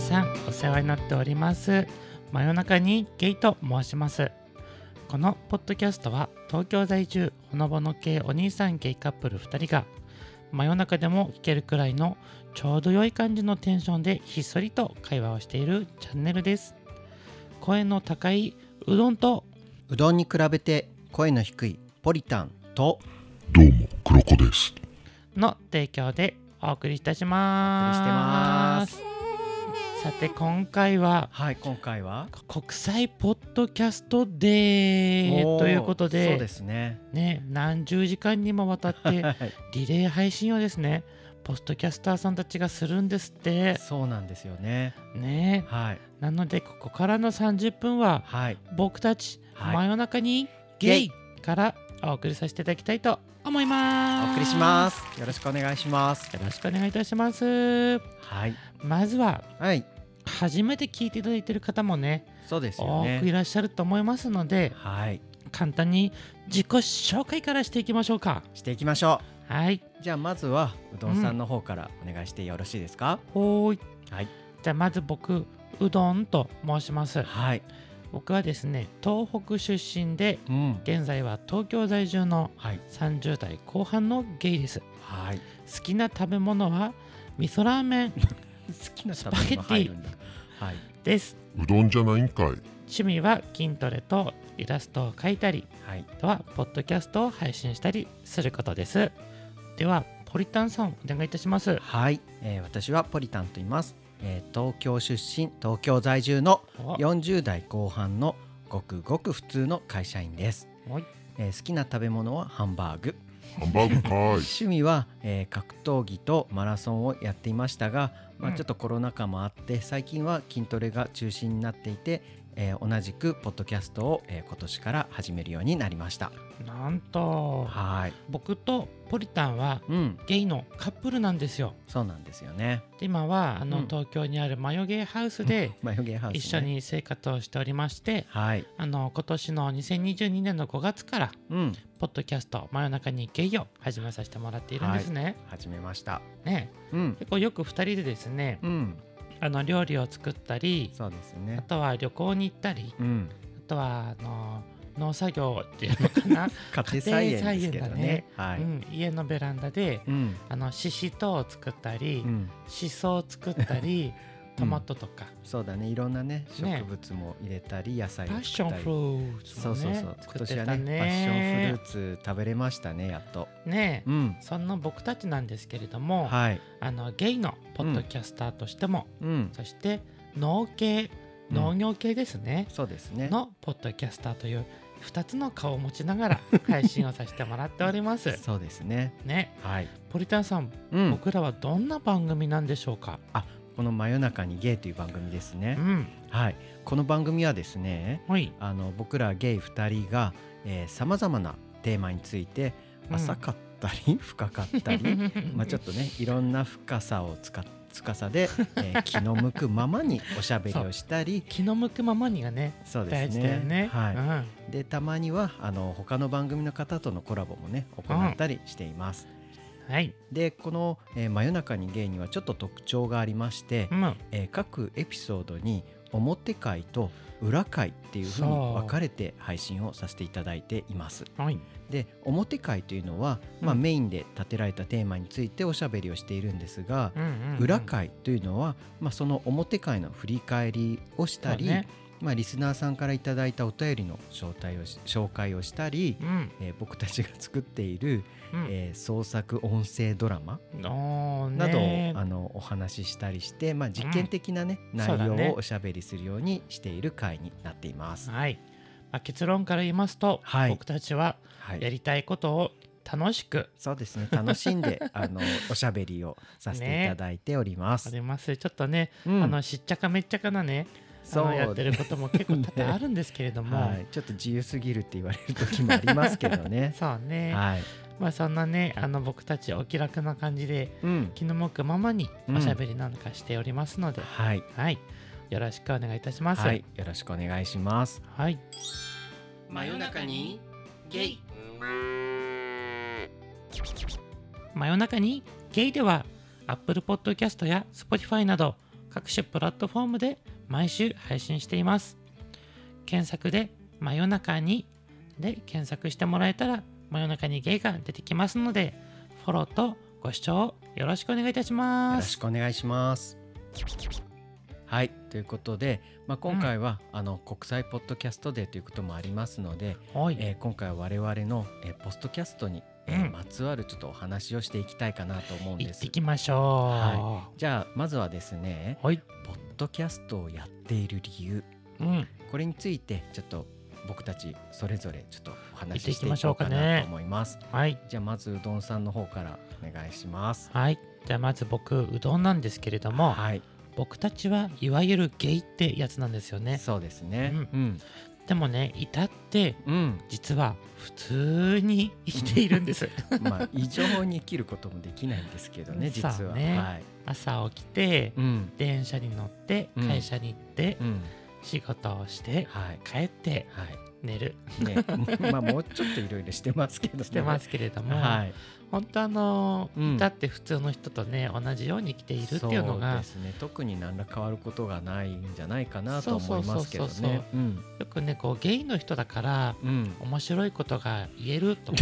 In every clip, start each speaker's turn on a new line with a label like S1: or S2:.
S1: 世話になっております真夜中にゲイと申しますこのポッドキャストは東京在住ほのぼの系お兄さんゲイカップル2人が真夜中でも聞けるくらいのちょうど良い感じのテンションでひっそりと会話をしているチャンネルです声の高いうどんと
S2: うどんに比べて声の低いポリタンと
S3: どうも、クロコです。
S1: の提供でお送りいたし
S2: お送
S1: ま
S2: り
S1: す
S2: してます
S1: さて今回は
S2: はい今回は
S1: 国際ポッドキャストデー
S2: おー
S1: ということで
S2: そうですね
S1: ね、何十時間にもわたって
S2: はい
S1: リレー配信をですねポストキャスターさんたちがするんですって
S2: そうなんですよね
S1: ね
S2: はい
S1: なのでここからの30分は
S2: はい
S1: 僕たち
S2: はい
S1: 真夜中にゲイからお送りさせていただきたいと思います
S2: お送りしますよろしくお願いします
S1: よろしくお願いいたします
S2: はい
S1: まずは
S2: はい
S1: 初めて聞いていただいている方もね
S2: そうですよ
S1: 多くい
S2: ね
S1: らっしゃると思いますので
S2: はい
S1: 簡単に自己紹介からしていきましょうか
S2: していきましょ
S1: はい。
S2: うじゃあまずはうどんさんの方からお願いしてよろしいですか、
S1: ほーい。
S2: はい
S1: じゃあまず僕、うどんと申します。
S2: はい
S1: 僕はですね、東北出身で、
S2: うん
S1: 現在は東京在住の
S2: はい
S1: 30代後半のゲイです。
S2: はい
S1: 好きな食べ物は味噌ラーメン
S2: 好きな
S1: スパゲティ
S2: 入るんだはいう
S1: です。
S3: うどんじゃないんかい。
S1: 趣味は筋トレとイラストを描いたり、
S2: はい
S1: あとはポッドキャストを配信したりすることです。では、ポリタンさん、お願いいたします。
S2: はい、えー私はポリタンと言います、えー東京出身東京在住の
S1: お
S2: 40代後半のごくごく普通の会社員です、
S1: おい
S2: えー好きな食べ物はハンバーグ
S3: ハンバーグかーい。
S2: 趣味は、えー格闘技とマラソンをやっていましたが、まあ、
S1: うん
S2: ちょっとコロナ禍もあって最近は筋トレが中心になっていて、えー同じくポッドキャストを、えー今年から始めるようになりました
S1: なんと、
S2: はい
S1: 僕とポリタンは
S2: うん
S1: ゲイのカップルなんですよ。
S2: そうなんですよね
S1: で今はあの、
S2: うん
S1: 東京にあるマヨゲーハウスで
S2: マヨゲーハウス、ね、
S1: 一緒に生活をしておりまして、
S2: はい
S1: あの今年の2022年の5月から
S2: うん
S1: ポッドキャスト「真夜中にゲイ」を始めさせてもらっているんですね。
S2: 始めました
S1: ね
S2: うん
S1: 結構よく2人でですね
S2: うん
S1: あの料理を作ったり
S2: そうです
S1: あ
S2: ね。
S1: とは旅行に行ったり
S2: うん。
S1: あとはあの農作業っていうのかな、
S2: 家庭菜園ですけどね。 は
S1: う
S2: い。
S1: ん、家のベランダで
S2: うん。
S1: あのししとうを作ったり、
S2: うん。
S1: しそを作ったりトマトとか、
S2: そうだね。いろんなね植
S1: ね
S2: 物も入れたり野菜
S1: パ
S2: を
S1: ッショ
S2: 作
S1: ン
S2: ったり。
S1: フルーツ
S2: そ
S1: も
S2: う
S1: ね
S2: そうそう。今
S1: 作って
S2: 年は
S1: た
S2: ねパッション
S1: ね
S2: フルーツ食べれましたねやっと。
S1: ねえ
S2: うん。
S1: そんな僕たちなんですけれども、
S2: はい。
S1: あのゲイのポッドキャスターとしても、
S2: うん。
S1: そして農系
S2: うん
S1: 農業系ですね、
S2: そうですね。
S1: のポッドキャスターという2つの顔を持ちながら配信をさせてもらっております。
S2: そうですね。
S1: ね、
S2: はい。
S1: ポリタンさん、
S2: うん。
S1: 僕らはどんな番組なんでしょうか、
S2: この真夜中にゲイという番組ですね
S1: う。ん、
S2: はい。この番組はですね。
S1: はい、
S2: あの僕らゲイ2人がさまざまなテーマについて
S1: うん
S2: 浅かったり 深かったりまあちょっ
S1: と
S2: とねいろんな深さをつかつかさで、えー気の向くままにおしゃべりをしたり
S1: 気の向くままにがね
S2: そうで
S1: 大
S2: す
S1: 事だよ
S2: ね
S1: ね。
S2: は
S1: うん
S2: い、でたまにはあの他の番組の方とのコラボもね行ったりしています。
S1: はい、
S2: でこの、えー真夜中にゲイ」にはちょっと特徴がありまして
S1: う、ん、
S2: えー各エピソードに表回と裏回っていうふうに
S1: そう
S2: 分かれて配信をさせていただいています。
S1: はい、
S2: で表回というのは、まあ、
S1: うん
S2: メインで立てられたテーマについておしゃべりをしているんですが、
S1: うんうんうん
S2: 裏回というのは、まあ、その表回の振り返りをしたり、
S1: そうね
S2: まあ、リスナーさんからいただいたお便りの招待をし紹介をしたり
S1: う、ん
S2: えー僕たちが作っている、
S1: うん
S2: えー創作音声ドラマ
S1: おー
S2: などを、
S1: ね
S2: あのお話ししたりして、まあ、実験的な、ね内
S1: そうだ
S2: 容
S1: ね
S2: をおしゃべりするようにしている回になっています。
S1: はい、まあ、結論から言いますと、
S2: はい
S1: 僕たちは
S2: はい
S1: やりたいことを楽しく
S2: そうですね楽しんで あのおしゃべりをさせていただいております。
S1: あります、ちょっとね、
S2: うん
S1: あのしっちゃかめっちゃかなねあ
S2: そう
S1: のやってることも結構多々あるんですけれども、
S2: はい、ちょっと自由すぎるって言われる時もありますけど ね。
S1: そうね、
S2: はい、
S1: まあそんなねあの僕たちお気楽な感じで
S2: うん、
S1: 気の向くままに
S2: うん
S1: おしゃべりなんかしておりますので、
S2: はい、
S1: はいよろしくお願いいたします。
S2: はい、よろしくお願いします。
S1: はい
S2: 真夜中にゲイ。
S1: 真夜中にゲイでは Apple Podcast や Spotify など各種プラットフォームで毎週配信しています検索で「真夜中に」で検索してもらえたら真夜中にゲイが出てきますのでフォローとご視聴よろしくお願いいたし
S2: よ
S1: ま
S2: ろし
S1: す
S2: くお願いします。はいということで、まあ、今回は、あの国際ポッドキャストデーということもありますので、
S1: はい、
S2: えー今回は我々の、えーポストキャストに、えー
S1: うん
S2: まつわるちょっとお話をしていきたいかなと思うん
S1: 行
S2: で
S1: っ
S2: す
S1: て。きましょ
S2: じゃあまずはですね
S1: うはい、
S2: ポッドキャストをやっている理由
S1: うん、
S2: これについてちょっと僕たちそれぞれちょっとお
S1: 行っ
S2: 話
S1: て
S2: し
S1: い
S2: し
S1: き
S2: てい
S1: ましょ
S2: こ
S1: う
S2: うか
S1: かね
S2: なと思います。
S1: はい
S2: じゃあまずうどんさんの方からお願いします。
S1: はいじゃあまず僕うどんなんですけれども、
S2: はい、
S1: 僕たちはいわゆるゲイってやつなんですよね
S2: そうですね。
S1: う
S2: うん、
S1: でもね至って
S2: うん、
S1: 実は普通に生きているんです
S2: まあ異常に生きることもできないんですけど ね、実
S1: そう
S2: は。
S1: ね
S2: はい、
S1: 朝起きて
S2: うん、
S1: 電車に乗って
S2: うん
S1: 会社に行って
S2: うん、
S1: 仕事をして
S2: はい、
S1: 帰って
S2: は
S1: 寝る
S2: い、 ね、まあもうちょっといろいろしてますけどね。
S1: してますけれども、
S2: はい、
S1: 本当あの
S2: うん
S1: 至って普通の人とね同じように生きているっていうの
S2: そう
S1: が
S2: ですね。特に何ら変わることがないんじゃないかなと
S1: そ
S2: 思
S1: う
S2: い
S1: そうそ
S2: ま
S1: う
S2: すけ
S1: そ
S2: ど
S1: うそう
S2: ね。うん、
S1: よくねこうゲイの人だから
S2: うん。
S1: 面白いことが言える とか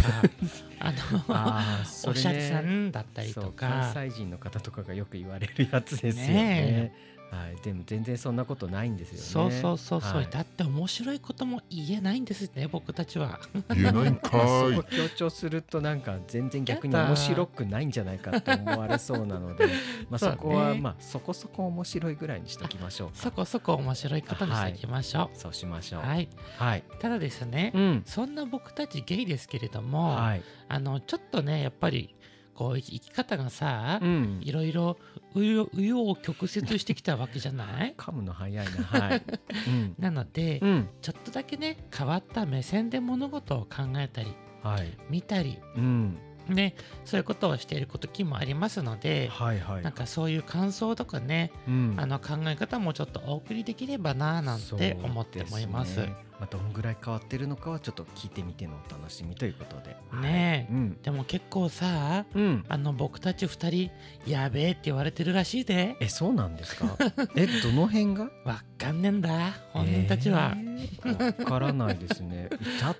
S1: あの
S2: ああ、そ
S1: お
S2: れ
S1: しゃれさ
S2: ね。
S1: んだったり
S2: そ
S1: と
S2: う
S1: か
S2: 関西人の方とかがよく言われるやつですよね。
S1: ね
S2: はい、でも全然そんなことないんですよね。
S1: そうそうそうそう、
S2: はい
S1: だって面白いことも言えないんですね僕たちは
S3: 言えないんか
S2: まあそ
S3: ー
S2: こ
S3: い
S2: 強調するとなんか全然逆に面白くないんじゃないかって思われそうな ので、まあ
S1: そう
S2: そ
S1: ね
S2: こはまあそこそこ面白いぐらいにしとき ましょうか。
S1: そこそこ面白いことにしていきましょ
S2: そうしまし
S1: う
S2: ょう。
S1: はい、
S2: はい。
S1: ただですね、
S2: うん。
S1: そんな僕たちゲイですけれども、
S2: はい。
S1: あのちょっとねやっぱりこう生き方がさ、
S2: うん
S1: いろいろ紆余紆余曲折してきたわけじゃない
S2: 噛むの早いな。 はい。うん。
S1: なので、
S2: うん。
S1: ちょっとだけね変わった目線で物事を考えたり
S2: はい。
S1: 見たり
S2: うん。
S1: ねそういうことをしている時もありますので、
S2: はいはい
S1: なん。かそういう感想とかね、
S2: うん
S1: あの考え方もちょっとお送りできればなぁなんて思って思います。
S2: そう
S1: ね
S2: でねまあどんぐらい変わってるのかはちょっと聞いてみてのお楽しみということで。
S1: え、
S2: えうん。
S1: でも結構さ
S2: うん。
S1: あの僕たち二人やべえって言われてるらしいで
S2: え、そうなんで すか。え、どの辺が。
S1: わっかんねんだ本人たちは、
S2: えー。わ、からないですね。至っ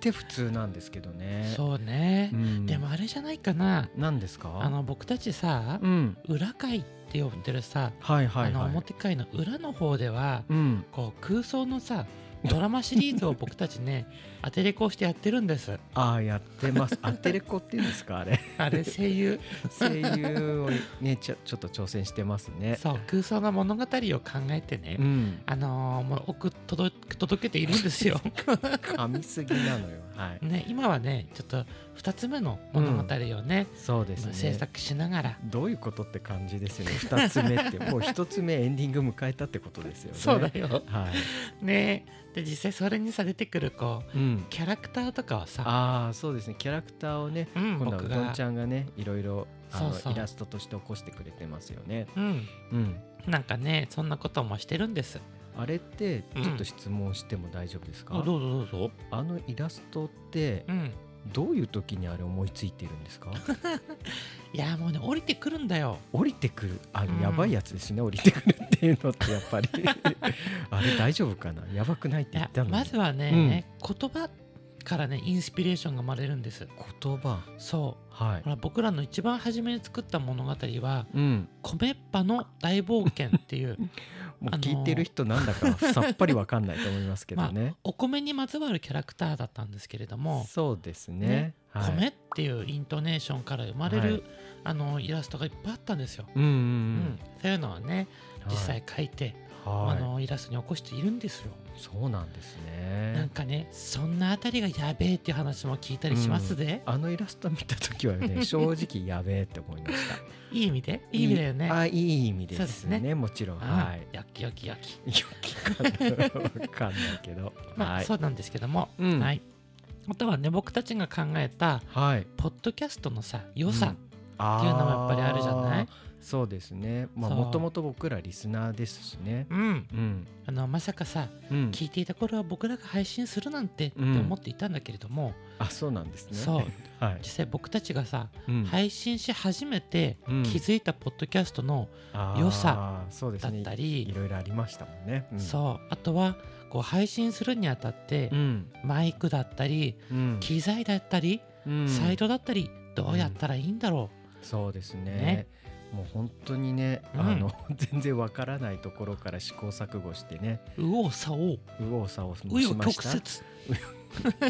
S2: て普通なんですけどね。
S1: そうね、
S2: ん
S1: でも。あれじゃないかな
S2: なんですか。
S1: あ。の僕たちさ、
S2: うん。
S1: 裏会って呼んでるさ、
S2: はいはい
S1: あの
S2: はい。
S1: 表会の裏の方では、
S2: うん。
S1: こう空想のさドラマシリーズを僕たち ねアテレコしてやってるんです
S2: ああ、やってます。アテレコっていうんですか、あれ。
S1: あれ声優
S2: 声優をね、ちょ、ちょっと挑戦してますね。
S1: そう空想の物語を考えてね、
S2: うん。
S1: あのーもう送っ届け届けているんです よ。
S2: 噛みすぎなのよ。はい。
S1: ね今はねちょっと2つ目の物語をね、
S2: そうで
S1: ま
S2: す
S1: あ
S2: ね。
S1: 制作しながら、
S2: どういうことって感じですよね。二つ目 ってもう一つ目エンディング迎えたってことですよね。
S1: そうだ。よ。
S2: はい。
S1: ねで実際それにさ出てくるこう
S2: うん。
S1: キャラクターとかはさ、
S2: ああそうですね。キャラクターをね、
S1: うん、
S2: 今度は
S1: 僕
S2: うどん
S1: が
S2: ちゃんがね、いろいろあの
S1: そうそう
S2: イラストとして起こしてくれてますよね。
S1: うん、
S2: うん。
S1: なんかねそんなこともしてるんです。
S2: あれって
S1: うん
S2: ちょっと質問しても大丈夫です
S1: う
S2: か？
S1: ぞどうぞ。
S2: あのイラストって
S1: うん、
S2: どういう時にあれ思いついてるんですか？
S1: いやもうね降りてくるんだよ。
S2: 降りてくる
S1: う
S2: あ
S1: ん
S2: のやばいやつですね、降りてくるっていうのってやっ ぱりあれ大丈夫かなやばくないっ
S1: い
S2: て言
S1: や
S2: ったのに
S1: まずはね、言葉からねインスピレーションが生まれるんです。
S2: 言葉
S1: そう
S2: はい
S1: ほら僕らの一番初めに作った物語は
S2: うん
S1: 「米っぱの大冒険」って いう
S2: もう
S1: あのー、
S2: 聞いてる人なんだかさっぱりわかんないと思いますけどね
S1: お米にまつわるキャラクターだったんですけれども
S2: そうですね
S1: ね
S2: はい、
S1: 米っていうイントネーションから生まれる、
S2: はい
S1: あのイラストがいっぱいあったんですよ。
S2: うんうん
S1: う
S2: うん
S1: ん、そういうのはね
S2: はい
S1: 実際描いて、
S2: は
S1: あ
S2: い
S1: のイラストに起こしているんですよ。
S2: そうなんです
S1: なん
S2: ね
S1: かねそんなあたりがやべえっていう話も聞いたりしますで、
S2: あのイラスト見た時 はね正直やべえって思いました
S1: いい意味でいい意味だよね。
S2: あいい意味で
S1: そうですす
S2: ね
S1: ね
S2: もちろん
S1: うん
S2: はい
S1: よきよきよき。
S2: よくわかんないけど
S1: まあ、
S2: はい
S1: そうなんですけども、
S2: うん
S1: はい。あとはね僕たちが考えた
S2: はい
S1: ポッドキャストのさ良さ、
S2: っ
S1: い
S2: て
S1: うのもやっぱりあるじゃない
S2: そうですねまあ
S1: そう
S2: もともと僕らリスナーですしね
S1: うん
S2: うん
S1: あのまさかさ、
S2: うん
S1: 聞いていた頃は僕らが配信するなんてって
S2: うん
S1: 思っていたんだけれども、
S2: あそうなんですね
S1: そう
S2: はい
S1: 実際僕たちがさ、
S2: うん
S1: 配信し始めて
S2: うん
S1: 気づいたポッドキャストの
S2: あー
S1: 良さ
S2: そうです
S1: だ
S2: ね
S1: った
S2: い
S1: り、
S2: ろいろありましたもんね、うん
S1: そうあとはこう配信するにあたって、
S2: うん
S1: マイクだったり
S2: うん
S1: 機材だったり、
S2: うん
S1: サイトだったりどうやったらいいんだろ
S2: そうですね
S1: ね
S2: もう本当にね、
S1: うん
S2: あの 全然わからないところから試行錯誤してね
S1: う、右往左往
S2: 右往左往も
S1: 紆
S2: し
S1: 余
S2: まし
S1: 曲
S2: た
S1: 折、
S2: ねその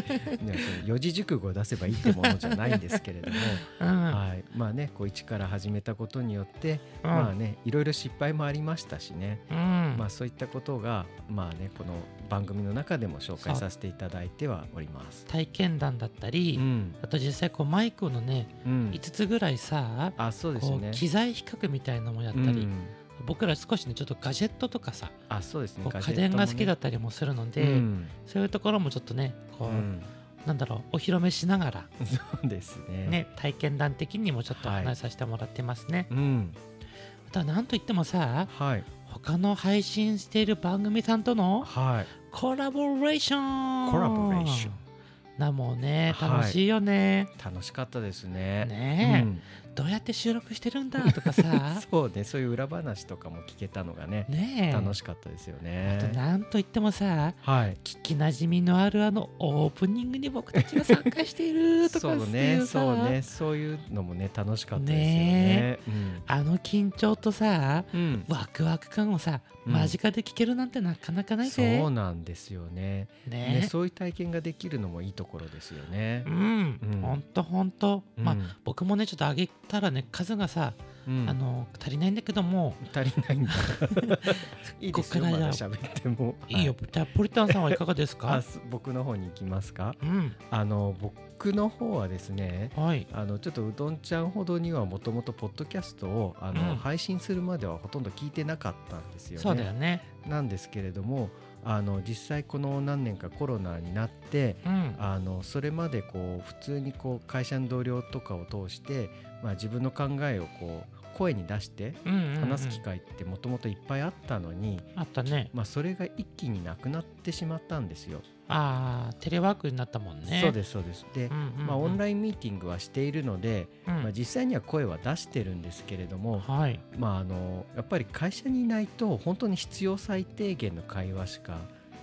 S2: 四字熟語を出せばいいってものじゃないんですけれども、
S1: うん
S2: はい、まあねこう一から始めたことによって、
S1: うん
S2: まあねいろいろ失敗もありましたしね、
S1: うん
S2: まあそういったことがまあねこの番組の中でも紹介させていただいてはおります。
S1: 体験談だったり、
S2: うん
S1: あと実際こうマイクのね
S2: うん、
S1: 5つぐらいさ、
S2: あそうです
S1: こ
S2: ね
S1: う。機材比較みたいなのもやったり、
S2: うん
S1: 僕ら少しねちょっとガジェットとかさ
S2: あそうですね
S1: こう
S2: ガ
S1: 家
S2: ジェッ
S1: 電
S2: トもね
S1: が好きだったりもするので、
S2: うん
S1: そういうところもちょっとねこう、
S2: うん
S1: なんだろうお披露目しながら、
S2: そうですね。
S1: ね、体験談的にもちょっとお
S2: はい
S1: 話しさせてもらってますね、
S2: うん
S1: あとはなんといってもさ
S2: はい
S1: 他の配信している番組さんとの
S2: はい
S1: コラボレーション
S2: コラボレーション
S1: なもうね
S2: はい
S1: 楽しいよね、
S2: 楽しかったですね。
S1: ねえ、
S2: うん
S1: どうやって収録してるんだとかさ
S2: そうねそういう裏話とかも聞けたのがね
S1: ねえ
S2: 楽しかったですよ
S1: あと
S2: ね。
S1: なんといってもさ
S2: はい。
S1: 聞きなじみのあるあのオープニングに僕たちが参加していると
S2: そ
S1: かっ
S2: う
S1: てい
S2: ね
S1: うさ
S2: そうねそういうのもね楽しかったですよ
S1: ね
S2: ね。
S1: あの緊張とさ
S2: うんうん
S1: ワクワク感をさ
S2: うん
S1: 間近で聞けるなんてなかなかないぜ、
S2: そうなんですよね
S1: ね
S2: ねそういう体験ができるのもいいところですよね
S1: う。ん、
S2: うん
S1: ほんとほんと、まあ
S2: うん
S1: 僕もねちょっとあげたらね数がさ、
S2: うん
S1: あの足りないんだけども
S2: 足り ないんだ。いいですよ
S1: こっ
S2: ま
S1: から
S2: だ喋っても。
S1: いいよ、じゃあポリタンさんはいかがです
S2: はい。あ
S1: か
S2: す僕の方に行きますか。
S1: うん
S2: あの僕の方はですね
S1: はい
S2: あのちょっとうどんちゃんほどにはもともとポッドキャストをあの、
S1: うん
S2: 配信するまではほとんど聞いてなかったんですよね。
S1: そうだよね
S2: なんですけれどもあの実際この何年かコロナになって
S1: うん
S2: あのそれまでこう普通にこう会社の同僚とかを通して、まあ、自分の考えをこう声に出して
S1: うんうんうん
S2: 話す機会ってもともといっぱいあったのに、
S1: あったね
S2: まあ、それが一気になくなってしまったんですよ。
S1: あーテレワークになったもんね
S2: そうですそうですで、
S1: うんうんうん
S2: まあ、オンラインミーティングはしているので、
S1: うん
S2: まあ、実際には声は出してるんですけれども、
S1: はい
S2: まあ、あのやっぱり会社にいないと本当に必要最低限の会話しか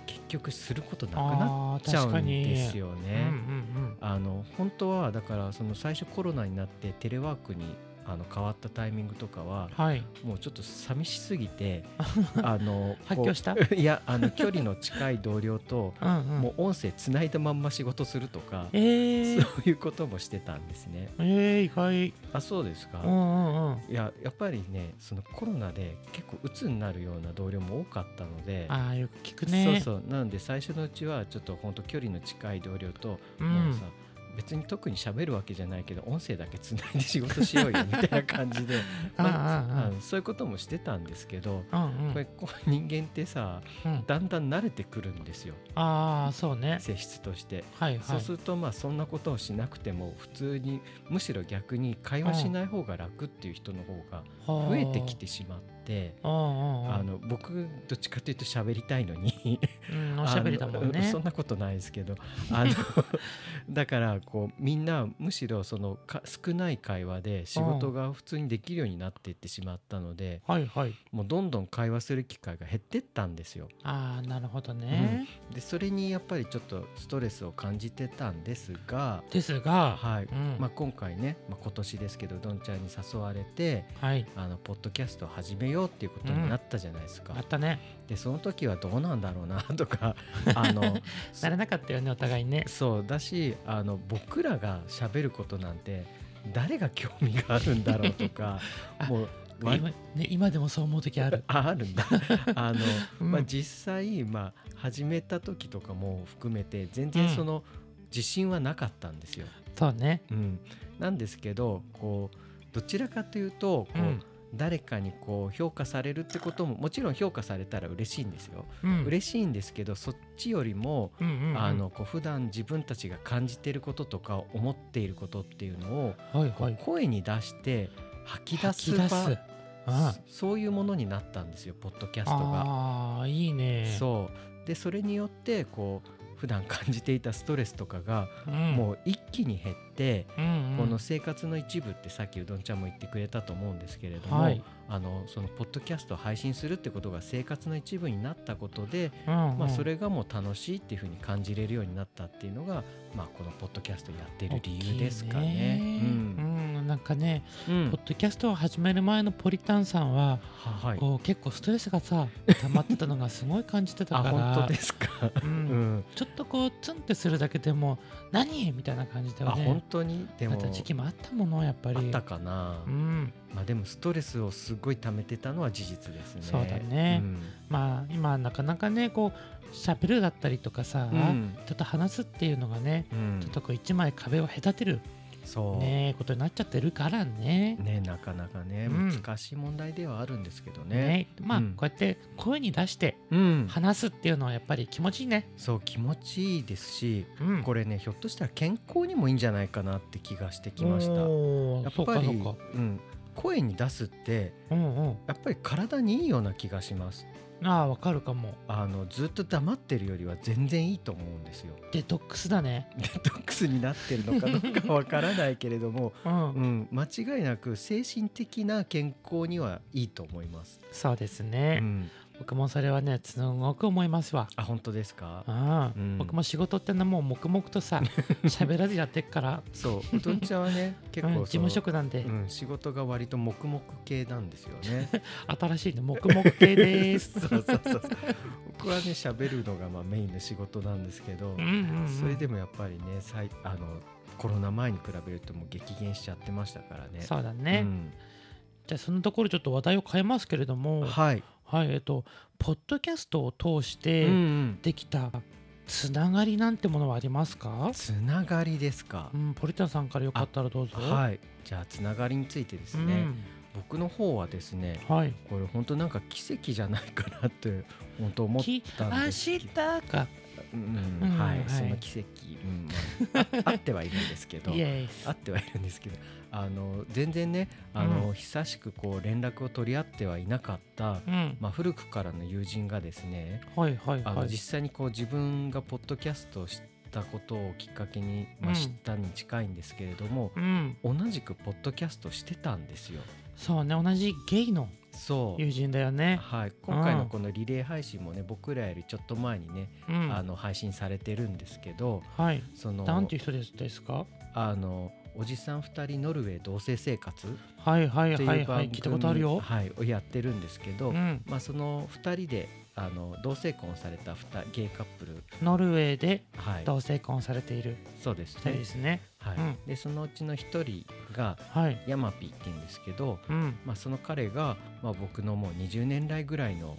S2: 結局することなくなっ
S1: あー
S2: ちゃう
S1: 確か
S2: ん
S1: に
S2: です
S1: う
S2: よ
S1: んうん
S2: ね。
S1: うん
S2: あの本当はだからその最初コロナになってテレワークにあの変わったタイミングとかは
S1: はい
S2: もうちょっと寂しすぎてあの
S1: 発狂した
S2: こういやあの距離の近い同僚と
S1: うんうん
S2: もう音声つないだまんま仕事するとか、
S1: えー、
S2: そういうこともしてたんですね。
S1: えー、意外
S2: あそうですか、
S1: うんうんうん
S2: いややっぱりねそのコロナで結構鬱になるような同僚も多かったので、
S1: ああよく聞くね
S2: そうそうなので最初のうちはちょっと本当距離の近い同僚と、
S1: ん
S2: もうさ別に特に喋るわけじゃないけど音声だけつないで仕事しようよみたいな感じで、まあ
S1: あーあーあー
S2: うんそういうこともしてたんですけど、
S1: うんうん
S2: これこう人間ってさ
S1: うん
S2: だんだん慣れてくるんですよ
S1: ああそうね
S2: 性質として。
S1: はい
S2: そ
S1: は
S2: う
S1: い
S2: するとまあそんなことをしなくても普通にむしろ逆に会話しない方が楽っていう人の方が増
S1: 増
S2: えてきてしまって
S1: うんうんうん
S2: あの僕どっちかというと喋りたいのに
S1: うんおしゃべりだもん
S2: あの
S1: ね
S2: そんなことないです けどあのだからこうみんなむしろそのか少ない会話で仕事が普通にできるようになっていってしまったので
S1: はいはい
S2: もうどんどん会話する機会が減ってったんですよ。
S1: ああなるほどね、
S2: でそれにやっぱりちょっとストレスを感じてたんですが。
S1: ですが、
S2: はい
S1: うん
S2: まあ、今回ね、まあ、今年ですけどうどんちゃんに誘われて
S1: はい
S2: あのポッドキャストを始めようっていうことになったじゃないですか、
S1: あったね
S2: でその時はどうなんだろうな とかあの
S1: 慣れなかったよねお互いね
S2: そうだしあの僕らが喋ることなんて誰が興味があるんだろうとか
S1: あ
S2: もう
S1: 今,、ね、今でもそう思う時あ る
S2: あある んだあの、
S1: うん
S2: まあ、実際、まあ、始めた時とかも含めて全然その、自信はなかったんですよ。
S1: そうね
S2: うん、なんですけどこうどちらかというとこう、
S1: うん
S2: 誰かにこう評価されるってことももちろん評価されたら嬉しいんですよ。
S1: うん
S2: 嬉しいんですけどそっちよりも、
S1: うんうんうん
S2: あのこう普段自分たちが感じていることとか思っていることっていうのを
S1: はいはい
S2: 声に出して吐き出す
S1: 吐き出
S2: 場
S1: すあ
S2: そういうものになったんですよポッドキャストが。
S1: あーいいね
S2: そうでそれによってこう普段感じていたストレスとかが
S1: う、
S2: もう一気に減って、
S1: うん、うんうん、
S2: この生活の一部ってさっきうどんちゃんも言ってくれたと思うんですけれども、
S1: はい
S2: あのそのポッドキャストを配信するってことが生活の一部になったことで、
S1: うんうん
S2: まあ、それがもう楽しいっていうふうに感じれるようになったっていうのが、まあ、このポッドキャストやってる理由ですか
S1: 大きい
S2: ね。うん
S1: うんなんかね、
S2: うん
S1: ポッドキャストを始める前のポリタンさんは、
S2: ははい、
S1: こう結構ストレスがさ溜まってたのがすごい感じてた
S2: あ
S1: から
S2: 本当ですか。
S1: う
S2: うんん、
S1: ちょっとこうツンってするだけでも何みたいな感じで
S2: あ
S1: は
S2: 本
S1: ね
S2: 当にで
S1: な
S2: も
S1: った時期もあったものやっぱり
S2: あったかな、
S1: うん
S2: まあでもストレスをすごい溜めてたのは事実ですね。
S1: そうだね
S2: うん
S1: まあ今なかなかねこう喋るだったりとかさ、
S2: うん
S1: ちょっと話すっていうのがね
S2: うん
S1: ちょっとこう一枚壁を隔てる
S2: そうね
S1: ねことになっちゃってるからね。
S2: なかなかね
S1: うん
S2: 難しい問題ではあるんですけどね。
S1: ねまあ、
S2: うん
S1: こうやって声に出して
S2: うん、
S1: 話すっていうのはやっぱり気持ちいいね。
S2: そう気持ちいいですし、
S1: うん、
S2: こ
S1: れ
S2: れねひょっとしたら健康にもいいんじゃないかなって気がしてきました。や
S1: や
S2: っぱり
S1: そうかそうか
S2: うん、声に出すって
S1: うんうん。
S2: やっぱり体にいいような気がします。
S1: ああわかるかも。
S2: あのずっと黙ってるよりは全然いいと思うんですよ。
S1: デトックスだね。
S2: デトックスになってるのかどうかわからないけれ ども、
S1: うん、
S2: うん、間違いなく精神的な健康にはいいと思います。
S1: そうです
S2: う
S1: ね、
S2: ん、
S1: 僕もそれはねすごく思いますわ。
S2: あ本当ですか
S1: う。ん
S2: うん
S1: 僕も仕事ってのはもう黙々と さ喋らずやってっから、
S2: そう、うどんちゃんはね、結構
S1: うん
S2: その
S1: 事務職なんで、
S2: うん、仕事が割と黙々系なんですよね。
S1: 新しいね黙々系です。
S2: そうそうそう。僕はね、喋るのがまあメインの仕事なんですけ
S1: う、ん
S2: ど
S1: うんうん
S2: それでもやっぱりね、さいあのコロナ前に比べるともう激減しちゃってましたからね。
S1: そうだね、じゃあそのところちょっと話題を変えますけれど
S2: う
S1: も
S2: ん、
S1: は
S2: はい。
S1: いえっとポッドキャストを通し
S2: うん
S1: て
S2: うん。
S1: できたつながりなんてものはありますか、
S2: つながりですか
S1: う。ん、ポリタンさんからよかったらどうぞ。い
S2: はい。じゃあつながりについてですね。僕の方はですね
S1: うん、はい
S2: これ本当なんか奇跡じゃないかなって 本当思っ
S1: き
S2: たん
S1: 明
S2: です
S1: 日か
S2: うん
S1: うん
S2: はい、
S1: はい
S2: その奇跡、うんま あ、あ合ってはいるんですけど
S1: イエス
S2: 合ってはいるんですけどあの全然ねあの、
S1: うん
S2: 久しくこう連絡を取り合ってはいなかった、
S1: うん
S2: まあ、古くからの友人がですね
S1: はいはい
S2: あの、
S1: はい
S2: 実際にこう自分がポッドキャストを知ったことをきっかけに、ま
S1: う
S2: あ、
S1: ん
S2: 知ったに近いんですけれども、
S1: うん
S2: 同じくポッドキャストしてたんですよ。
S1: そうね同じゲイの
S2: そう
S1: 友人だよね
S2: はい、今回
S1: う
S2: の
S1: ん
S2: このリレー配信もね僕らよりちょっと前にね、
S1: うん
S2: あの配信されてるんですけど
S1: はい
S2: その
S1: なんていう人ですですか
S2: あのおじさん2人ノルウェー同棲生活っ
S1: はいは
S2: て
S1: い
S2: いう
S1: はいは
S2: 番
S1: い
S2: 組
S1: 聞いたことあるよ
S2: はい、をやってるんですけど、
S1: うん
S2: まあ、その2人であの同性婚された2ゲイカップル、
S1: ノルウェーで
S2: はい、
S1: 同性婚されている
S2: そうです
S1: 二人
S2: ね
S1: で、すね
S2: はい
S1: うん
S2: でそのうちの1人が
S1: はい
S2: ヤマピーって言うんですけど、
S1: うん
S2: まあ、その彼が、まあ、僕のもう20年来ぐらいの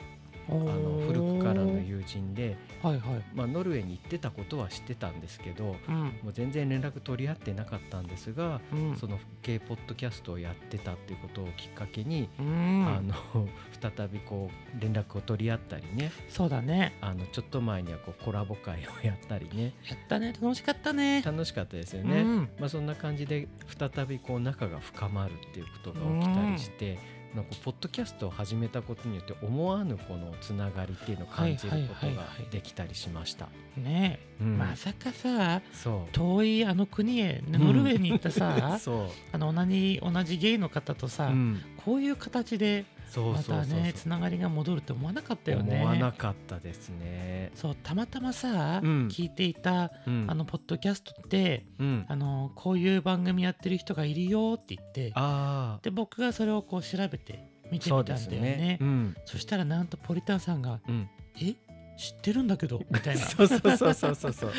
S1: あ
S2: あの古くからの友人で。
S1: はいはい
S2: まあ、ノルウェーに行ってたことは知ってたんですけども
S1: うん
S2: う全然連絡取り合ってなかったんですが、
S1: うん
S2: その K ポッドキャストをやってたっていうことをきっかけに、
S1: うん
S2: あの 再びこう連絡を取り合ったりね
S1: そうだね
S2: あのちょっと前にはこうコラボ会をやったりね
S1: やったね楽しかったね
S2: 楽しかったですよ
S1: う
S2: ね。
S1: ん
S2: まあ、そんな感じで再びこう仲が深まるっていうことが起きたりして、なんかポッドキャストを始めたことによって思わぬこのつながりっていうのを感じることができたりしました。
S1: ね
S2: うん
S1: まさかさ
S2: そう
S1: 遠いあの国へノルウェーに行ったさ
S2: そ
S1: あの同じ同じゲイの方と
S2: う、
S1: さ
S2: うん、
S1: こういう形で
S2: そう
S1: ま
S2: そうそう
S1: た
S2: そう、
S1: ねつながりが戻るって思わなかったよね
S2: 思わなかったですね。
S1: そうたまたまさ、
S2: うん
S1: 聞いていた
S2: うん、
S1: あのポッドキャストって
S2: うん、
S1: あのこういう番組やってる人がいるよって言って
S2: あ
S1: で僕がそれをこう調べて見
S2: ー
S1: て
S2: そ
S1: み
S2: う
S1: た
S2: で
S1: ん
S2: す
S1: だよね
S2: ね。うん、
S1: そしたらなんとポリタンさんが
S2: うん、
S1: 「え知ってるんだけど」みたいな
S2: そうそうそうそうそうそう。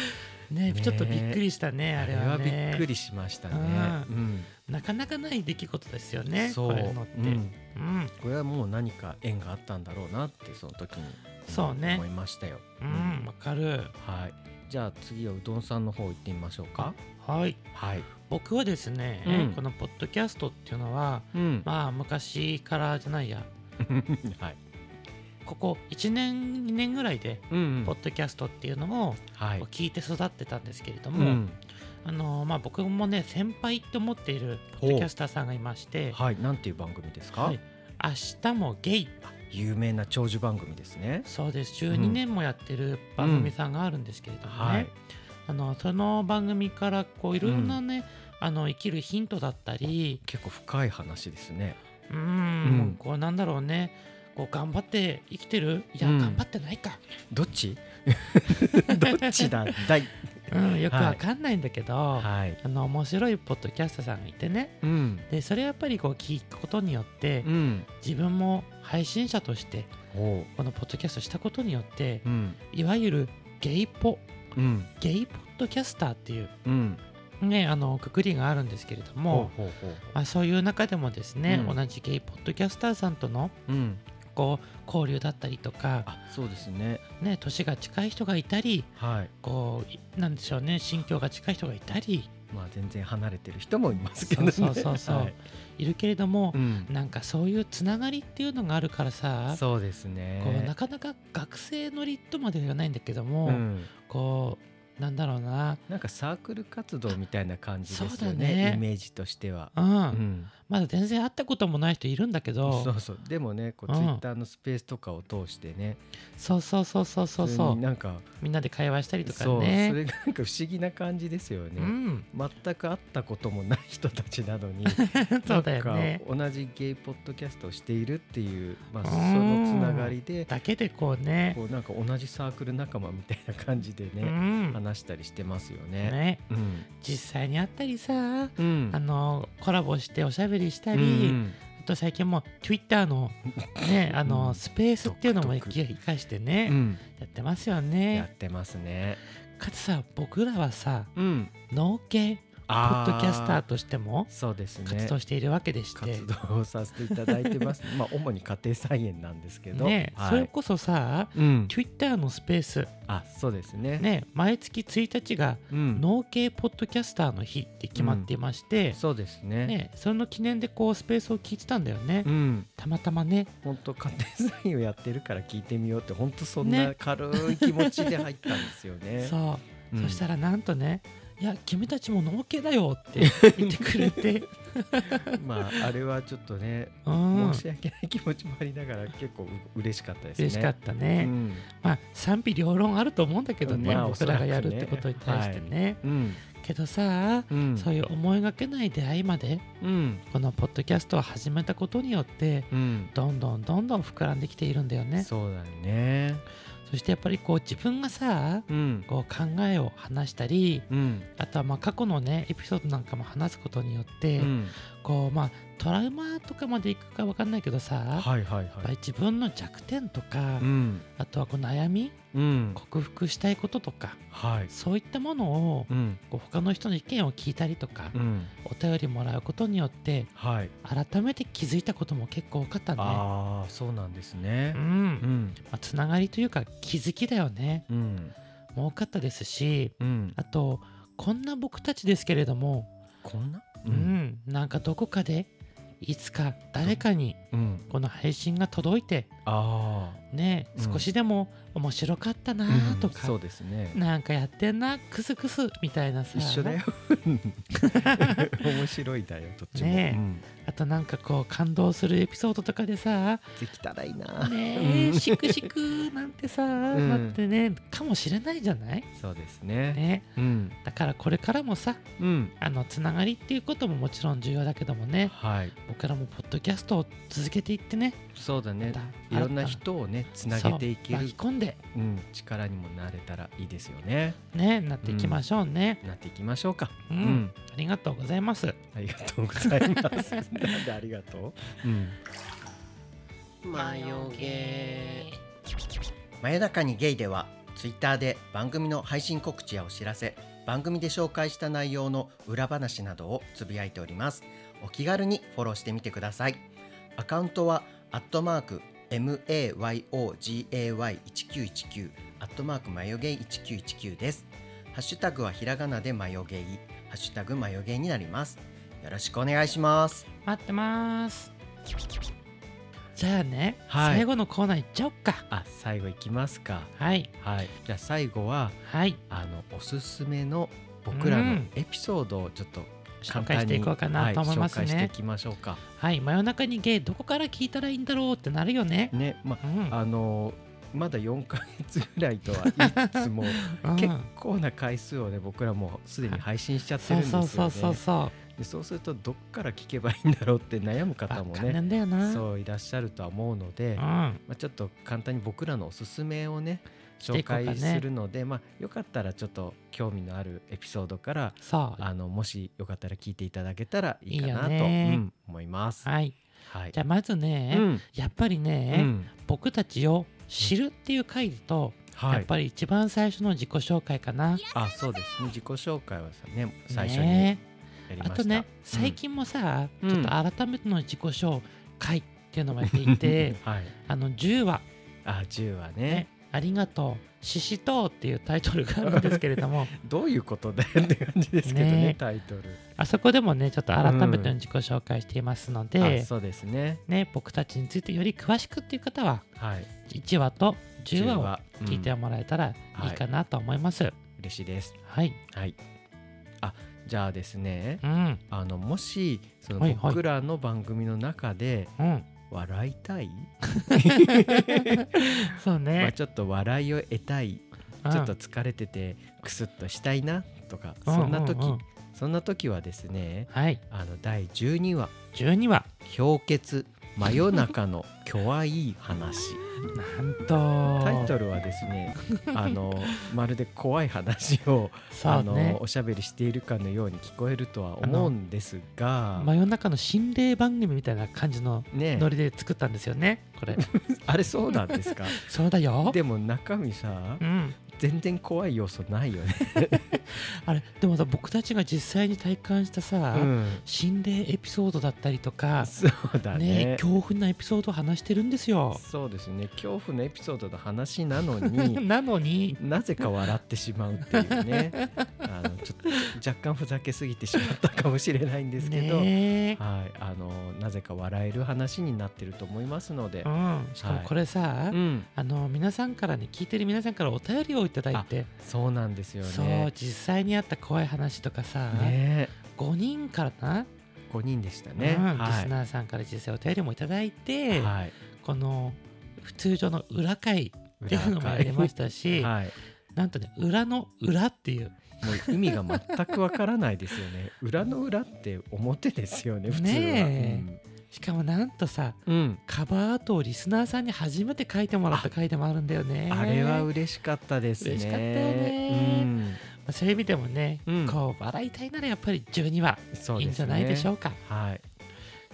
S1: ね
S2: ね
S1: ちょっとびっくりしたね あれは
S2: びっ
S1: ね
S2: くりしましたね。うん、
S1: なかなかない出来事ですよね
S2: そ
S1: こ
S2: う、
S1: ういうのって、
S2: う
S1: うん
S2: ん、これはもう何か縁があったんだろうなってその時に
S1: そうね
S2: 思いましたよ。
S1: うんわ、かる
S2: はい。じゃあ次はうどんさんの方行ってみましょうか。
S1: はい
S2: はい。
S1: 僕はですね、
S2: うん
S1: このポッドキャストっていうのは
S2: うん。
S1: まあ昔からじゃないや
S2: はい。
S1: ここ1年2年ぐらいで
S2: うん、うん
S1: ポッドキャストっていうのを
S2: はい。
S1: 聞いて育ってたんですけれど
S2: う
S1: も、
S2: ん
S1: あのまあ、僕もね先輩って思っているポッドキャスターさんがいまして、
S2: はい。なんていう番組ですか。
S1: はい明日もゲイ
S2: 有名な長寿番組ですね。
S1: そうです12年もやってる番組さんがあるんですけれどもね、
S2: はい。
S1: あのその番組からこういろんなね、あの生きるヒントだったり
S2: 結構深い話ですね。
S1: うん、
S2: うん
S1: こうなんだろうねこう頑張って生きてるいや、
S2: うん
S1: 頑張ってないか、
S2: どっち？どっちだだい。
S1: うん、よくわかんないんだけど、
S2: はい。
S1: あの面白いポッドキャストさんがいてね
S2: うん。
S1: でそれやっぱりこう聞くことによって、
S2: うん。
S1: 自分も配信者として
S2: おう。
S1: このポッドキャストしたことによって、
S2: うん。
S1: いわゆるゲイポ
S2: うん。
S1: ゲイポッドキャスターっていう
S2: うん。
S1: ねあのくくりがあるんですけれども、
S2: ほうほうほう。
S1: まあ、そういう中でもですね、
S2: うん
S1: 同じゲイポッドキャスターさんとの
S2: うん。
S1: こう交流だったりとか、
S2: あ、そうですね。
S1: ね、年が近い人がいたり
S2: はい。
S1: こういなんでしょうね心境が近い人がいたり
S2: まあ全然離れてる人もいますけど
S1: そう
S2: ね。
S1: そうそうそう、
S2: はい
S1: い、るけれども
S2: う、ん。
S1: なんかそういうつながりっていうのがあるからさ
S2: そうですね。
S1: こうなかなか学生のりとまでは言わないんだけども、
S2: うん。
S1: こうなんだろうな、
S2: なんかサークル活動みたいな感じです
S1: そう
S2: よ
S1: だ
S2: ね
S1: ね
S2: イメージとしては。
S1: うん
S2: うん、
S1: まだ全然会ったこともない人いるんだけど
S2: そうそうでもねこう
S1: うん
S2: ツイッターのスペースとかを通してね、
S1: そうそうそうそうそうそ
S2: 普通に
S1: う
S2: なんか
S1: みんなで会話したりとか
S2: そうそ
S1: ね。
S2: れがなんか不思議な感じですよ
S1: う
S2: ね。
S1: ん、
S2: 全く会ったこともない人たち なのに
S1: そうだよね。
S2: なんか同じゲイポッドキャストをしているっていう、まあ、
S1: うん
S2: そのつながりで
S1: だけでこうね。
S2: こうなんか同じサークル仲間みたいな感じで
S1: う
S2: ね、
S1: ん、
S2: 話したりしてますよね。
S1: ね
S2: うん
S1: 実際に会ったりさ、
S2: うん
S1: あのコラボしておしゃべりした
S2: うん
S1: り、
S2: うん
S1: あと最近も Twitter の ねあ
S2: うん
S1: のスペースっていうのも
S2: 独特
S1: 生かしてね、
S2: うん
S1: やってますよ
S2: や
S1: ね
S2: っ。てますね。
S1: かつさ僕らはさ
S2: うん、
S1: 農系
S2: ポ
S1: ポッドキャスターとしても
S2: そうですね
S1: 活動しているわけでして。
S2: 活動をさせていただいてます。 まあ主に家庭菜園なんですけど、
S1: ね、
S2: はい、
S1: それこそさ
S2: うん、
S1: Twitter のスペース、
S2: あそうですね。
S1: ね、毎月1日が
S2: うん、
S1: 農系ポッドキャスターの日って決まっていまして、
S2: そうですね。
S1: ね、その記念でこうスペースを聞いてたんだよね、
S2: うん、
S1: たまたまね
S2: 本当家庭菜園をやってるから聞いてみようって本当そんな
S1: ね
S2: 軽い気持ちで入ったんですよ ね。
S1: そうう、
S2: ん
S1: そしたらなんとね「いや君たちも農系だよ」 って言ってくれて
S2: まああれはちょっとね、
S1: うん
S2: 申し訳ない気持ちもありながら結構う嬉しかったですね。
S1: 嬉しかったね、
S2: うん、
S1: まあ賛否両論あると思うんだけどね、
S2: まあ
S1: 僕らがやるって
S2: お
S1: こ
S2: そらくね
S1: とに対してね、
S2: うん、
S1: けどさ、
S2: うん、
S1: そういう思いがけない出会いまで
S2: うん、
S1: このポッドキャストを始めたことによって
S2: うん、
S1: どんどんどんどん膨らんできているんだよねそ
S2: そうだね。
S1: してやっぱりこう自分がさ
S2: うん、
S1: こう考えを話したり
S2: うん、
S1: あとはまあ過去のねエピソードなんかも話すことによって、
S2: うん、
S1: こうまあトラウマとかまでいくか分かんないけどさ、やっ
S2: はいはい
S1: ぱ
S2: は
S1: り
S2: い。
S1: 自分の弱点とか、
S2: うん、
S1: あとはこう悩み
S2: うん、
S1: 克服したいこととか
S2: はい。
S1: そういったものを
S2: うん、
S1: こう他の人の意見を聞いたりとか、
S2: うん、
S1: お便りもらうことによって
S2: はい。
S1: 改めて気づいたことも結構多かったね。
S2: ああ、そうなんですね
S1: う。んま
S2: ん、
S1: あ、つながりというか気づきだよね
S2: うん、
S1: もう多かったですし
S2: うん、
S1: あとこんな僕たちですけれども
S2: こんな。
S1: う、ん、なんかどこかでいつか誰かに
S2: うん、
S1: この配信が届いて
S2: あ
S1: ね、
S2: うん
S1: 少しでも面白かったな
S2: あ、
S1: と
S2: そ
S1: か
S2: う、ですね。
S1: なんかやってんなクスクスみたいなさ
S2: 一緒だよ。 面白いだよ、どっちも。
S1: ねえ
S2: うん
S1: あとなんかこう感動するエピソードとかで さ
S2: できたらいいな。
S1: ね
S2: う
S1: え
S2: ん
S1: シクシクなんてさ、
S2: ん
S1: なってねかもしれないじゃない、
S2: そうですね。
S1: ね、
S2: うん、
S1: だからこれからもさ
S2: うん、
S1: あのつながりっていうことももちろん重要だけどもね
S2: はい。
S1: 僕らもポッドキャストを続けていってね
S2: そうだね
S1: ま。
S2: い
S1: た
S2: ろんな人をね、つなげていけ
S1: そう
S2: る
S1: 巻き、込んで
S2: うん、力にもなれたらいいですよね。
S1: ねなっていきましょうね、
S2: なっていきましょうか。
S1: うん
S2: うん
S1: ありがとうございます
S2: ありがとうございます。 なんでありがとう。うん。
S4: マヨゲー
S5: 真夜中にゲイではツイッターで番組の配信告知やお知らせ番組で紹介した内容の裏話などをつぶやいておりますお気軽にフォローしてみてくださいアカウントはアットマーク mayogay1919 アットマークマヨゲイ1919ですハッシュタグはひらがなでマヨゲイハッシュタグマヨゲイになりますよろしくお願いします
S1: 待ってますじゃあね、
S2: はい
S1: 最後のコーナーいっちゃおっか
S2: あ、最後いきますか。
S1: はい
S2: はい。じゃあ最後は
S1: はい
S2: あのおすすめの僕ら
S1: う
S2: の
S1: ん
S2: エピソードをちょっと
S1: 紹介していこうかなと思いますね
S2: はい、紹介していきましょうか
S1: はい真夜中にゲイどこから聞いたらいいんだろうってなるよね
S2: ねま
S1: うん
S2: あのまだ4ヶ月ぐらいとは言いつつも
S1: うん
S2: 結構な回数をね僕らもうすでに配信しちゃって
S1: そ
S2: るん
S1: う
S2: ですよ
S1: そうそ
S2: ね
S1: うそうそ
S2: でそうするとどっから聞けばいいんだろうって悩む
S1: う
S2: 方
S1: バ
S2: も
S1: カな
S2: ね
S1: んだよな
S2: そういらっしゃるとは思うので、
S1: う
S2: ま
S1: ん
S2: あ、ちょっと簡単に僕らのおすすめをね
S1: して
S2: 紹
S1: いこうかね
S2: 介するので、まあ、よかったらちょっと興味のあるエピソードから
S1: そう
S2: あのもしよかったら聞いていただけたらいいかなと
S1: いいよね
S2: うん思います。
S1: はい
S2: はい、
S1: じゃあまずね、
S2: うん
S1: やっぱりね、
S2: うん
S1: 僕たちを知るっていう回だと、
S2: は
S1: やっ
S2: い、
S1: ぱり一番最初の自己紹介かな。
S2: あそうですね自己紹介はさね最初にや
S1: ね
S2: りました、
S1: あとね、最近もさ、ちょっと改めての自己紹介っていうのもやっていて、
S2: うん、 はい、
S1: あの10話、
S2: あ10は
S1: ね
S2: ね、
S1: ありがとう、ししとうっていうタイトルがあるんですけれど も、
S2: どういうことだよって感じですけどね
S1: ね
S2: タイトル。
S1: あそこでもね、ちょっと改めての自己紹介していますの
S2: あ
S1: で、
S2: そうですね。
S1: ね、僕たちについてより詳しくっていう方は、
S2: はい。
S1: 1話と10話を聞いて
S2: うん
S1: もらえたらいいかなと思います。
S2: 嬉しいです。
S1: はい。
S2: はい。あじゃあですね、
S1: うん。
S2: あのもしそ
S1: はい
S2: の
S1: はい
S2: 僕らの番組の中で
S1: うん。
S2: 笑いたい、
S1: そう
S2: まあ
S1: ね。
S2: ちょっと笑いを得たい、
S1: うん
S2: ちょっと疲れててクスッとしたいなとか、
S1: うん
S2: そんな時、
S1: うんうん
S2: そんな時はですね、
S1: はい。
S2: あの第12話
S1: 12話。
S2: 氷結真夜中の巨愛い 話。
S1: なんと。
S2: タイトルはですねあのまるで怖い話を、
S1: そ
S2: あ
S1: うね
S2: の。おしゃべりしているかのように聞こえるとは思うんですが
S1: 真夜中の心霊番組みたいな感じの
S2: ね
S1: ノリで作ったんですよね。これ。
S2: あれ そうなんで すか
S1: そうだよ。
S2: でも中身さ
S1: うん。
S2: 全然怖い要素ないよね、
S1: あれ、でもさ、僕たちが実際に体感したさ、
S2: うん
S1: 心霊エピソードだったりとか、
S2: そうだね
S1: ね、恐怖なエピソードを話してるんですよ。
S2: そうですね恐怖のエピソードの話な のに
S1: なのに、
S2: なぜか笑ってしまうっていう ねあのちょっと若干ふざけすぎてしまったかもしれないんですけど、
S1: ね
S2: はい、あのなぜか笑える話になってると思いますので
S1: う、ん。しかもこれさ、
S2: うん、
S1: あの皆さんからね聞いてる皆さんからお便りをいただいて、
S2: そうなんですよ
S1: そう
S2: ね。
S1: 実際にあった怖い話とかさ、
S2: ね、
S1: 5人からな、
S2: 五人でしたね。
S1: うんリ
S2: は
S1: スナーさんから実際お便りもいただい
S2: い、
S1: て、
S2: はい、
S1: この普通上の裏会っていうのもやりましたし、
S2: はい、
S1: なんとね裏の裏っていう
S2: もう意味が全くわからないですよね。裏の裏って表ですよね。普通は。
S1: ねしかもなんとさ
S2: うん、うん
S1: カバーアートをリスナーさんに初めて書いてもらった回でもあるんだよね。
S2: あれは嬉しかったですね。
S1: 嬉しかったよねそういう意味でもね、
S2: うん
S1: こう笑いたいならやっぱり12話
S2: うん、そうですね。
S1: いいんじゃないでしょ
S2: う
S1: うか。
S2: か。はい、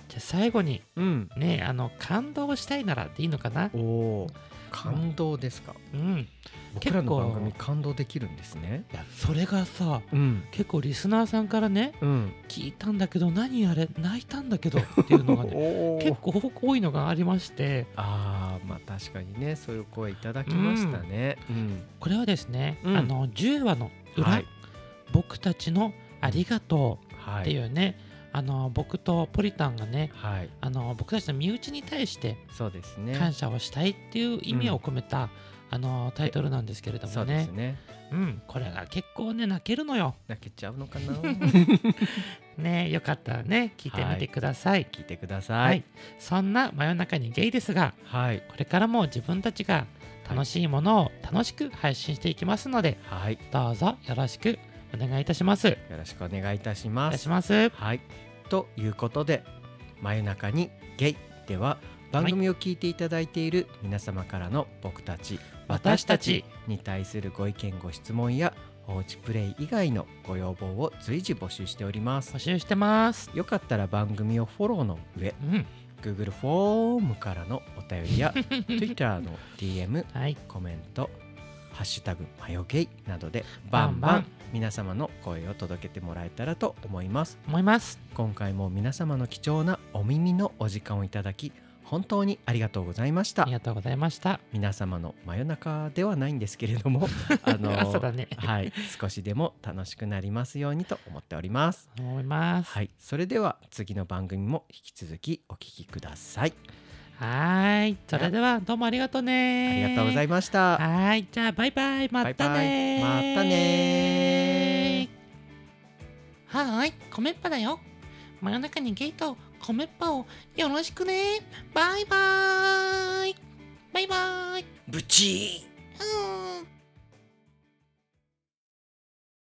S1: じゃあ最後に
S2: うん、
S1: ねあの感動したいならでいいのかな
S2: おお、感動ですか。
S1: うん
S2: 僕らの番組
S1: 結
S2: 感動できるんですね。
S1: いやそれがさ
S2: うん、
S1: 結構リスナーさんからね
S2: うん、
S1: 聞いたんだけど何あれ泣いたんだけどっていうのがね
S2: お
S1: 結構多いのがありまして
S2: ああまあ確かにねそういう声いただきましたね。うん
S1: これはですね、
S2: うん
S1: あの10話の裏、
S2: はい
S1: 僕たちのありがとう」
S2: は
S1: ってい
S2: い、
S1: うね、あの僕とポリタンがね
S2: はい、
S1: あの僕たちの身内に対して
S2: そうですね。
S1: 感謝をしたいっていう意味を込めた、あのタイトルなんですけれど
S2: そ
S1: も
S2: うで
S1: ね
S2: すね。
S1: うん、これが結構ね泣けるのよ。
S2: 泣けちゃうの かな。
S1: ねよかったらね聞いてみてください。
S2: 聞いてくだ
S1: はい、
S2: さい。
S1: そんな真夜中にゲイですが
S2: はい、
S1: これからも自分たちが楽しいものを楽しく配信していきますので
S2: はい、
S1: どうぞよろしくお願いいたします。
S2: よろしくお願いいたし
S1: お
S2: ま
S1: 願い
S2: す
S1: し。ます。
S2: はい、ということで真夜中にゲイでは番組を聞いていただいている皆様からの僕たち、
S1: 私たち
S2: に対するご意見ご質問や放置プレイ以外のご要望を随時募集しております
S1: 募。集してます。
S2: よかったら番組をフォローの上
S1: うん、
S2: Google フォームからのお便り や Twitter の DM
S1: はい、
S2: コメント「ハッシュタグマヨゲイ」などでバンバ
S1: バンバ
S2: ン
S1: ン
S2: 皆様の声を届けてもらえたらと思います
S1: 思います。
S2: 今回も皆様の貴重なお耳のお時間をいただき本当にありがとうございまし
S1: あ
S2: た
S1: りがとうございました。
S2: 皆様の真夜中ではないんですけれ どもあの
S1: 朝だね。
S2: はい少しでも楽しくなりますようにと思っております
S1: 思います。
S2: はいそれでは次の番組も引き続きお聞きください
S1: はーい、それではどうもありがとう
S2: あ
S1: ね。
S2: りがとうござ
S1: い
S2: いました
S1: はーい、じゃあバイバイ、またねー
S2: バイバイまたねー
S1: ははーい、米っぱだよ。真夜中にゲイと米っぱをよろしくね。バイバーイ。バイバーイ。
S4: ブチー
S1: うーん。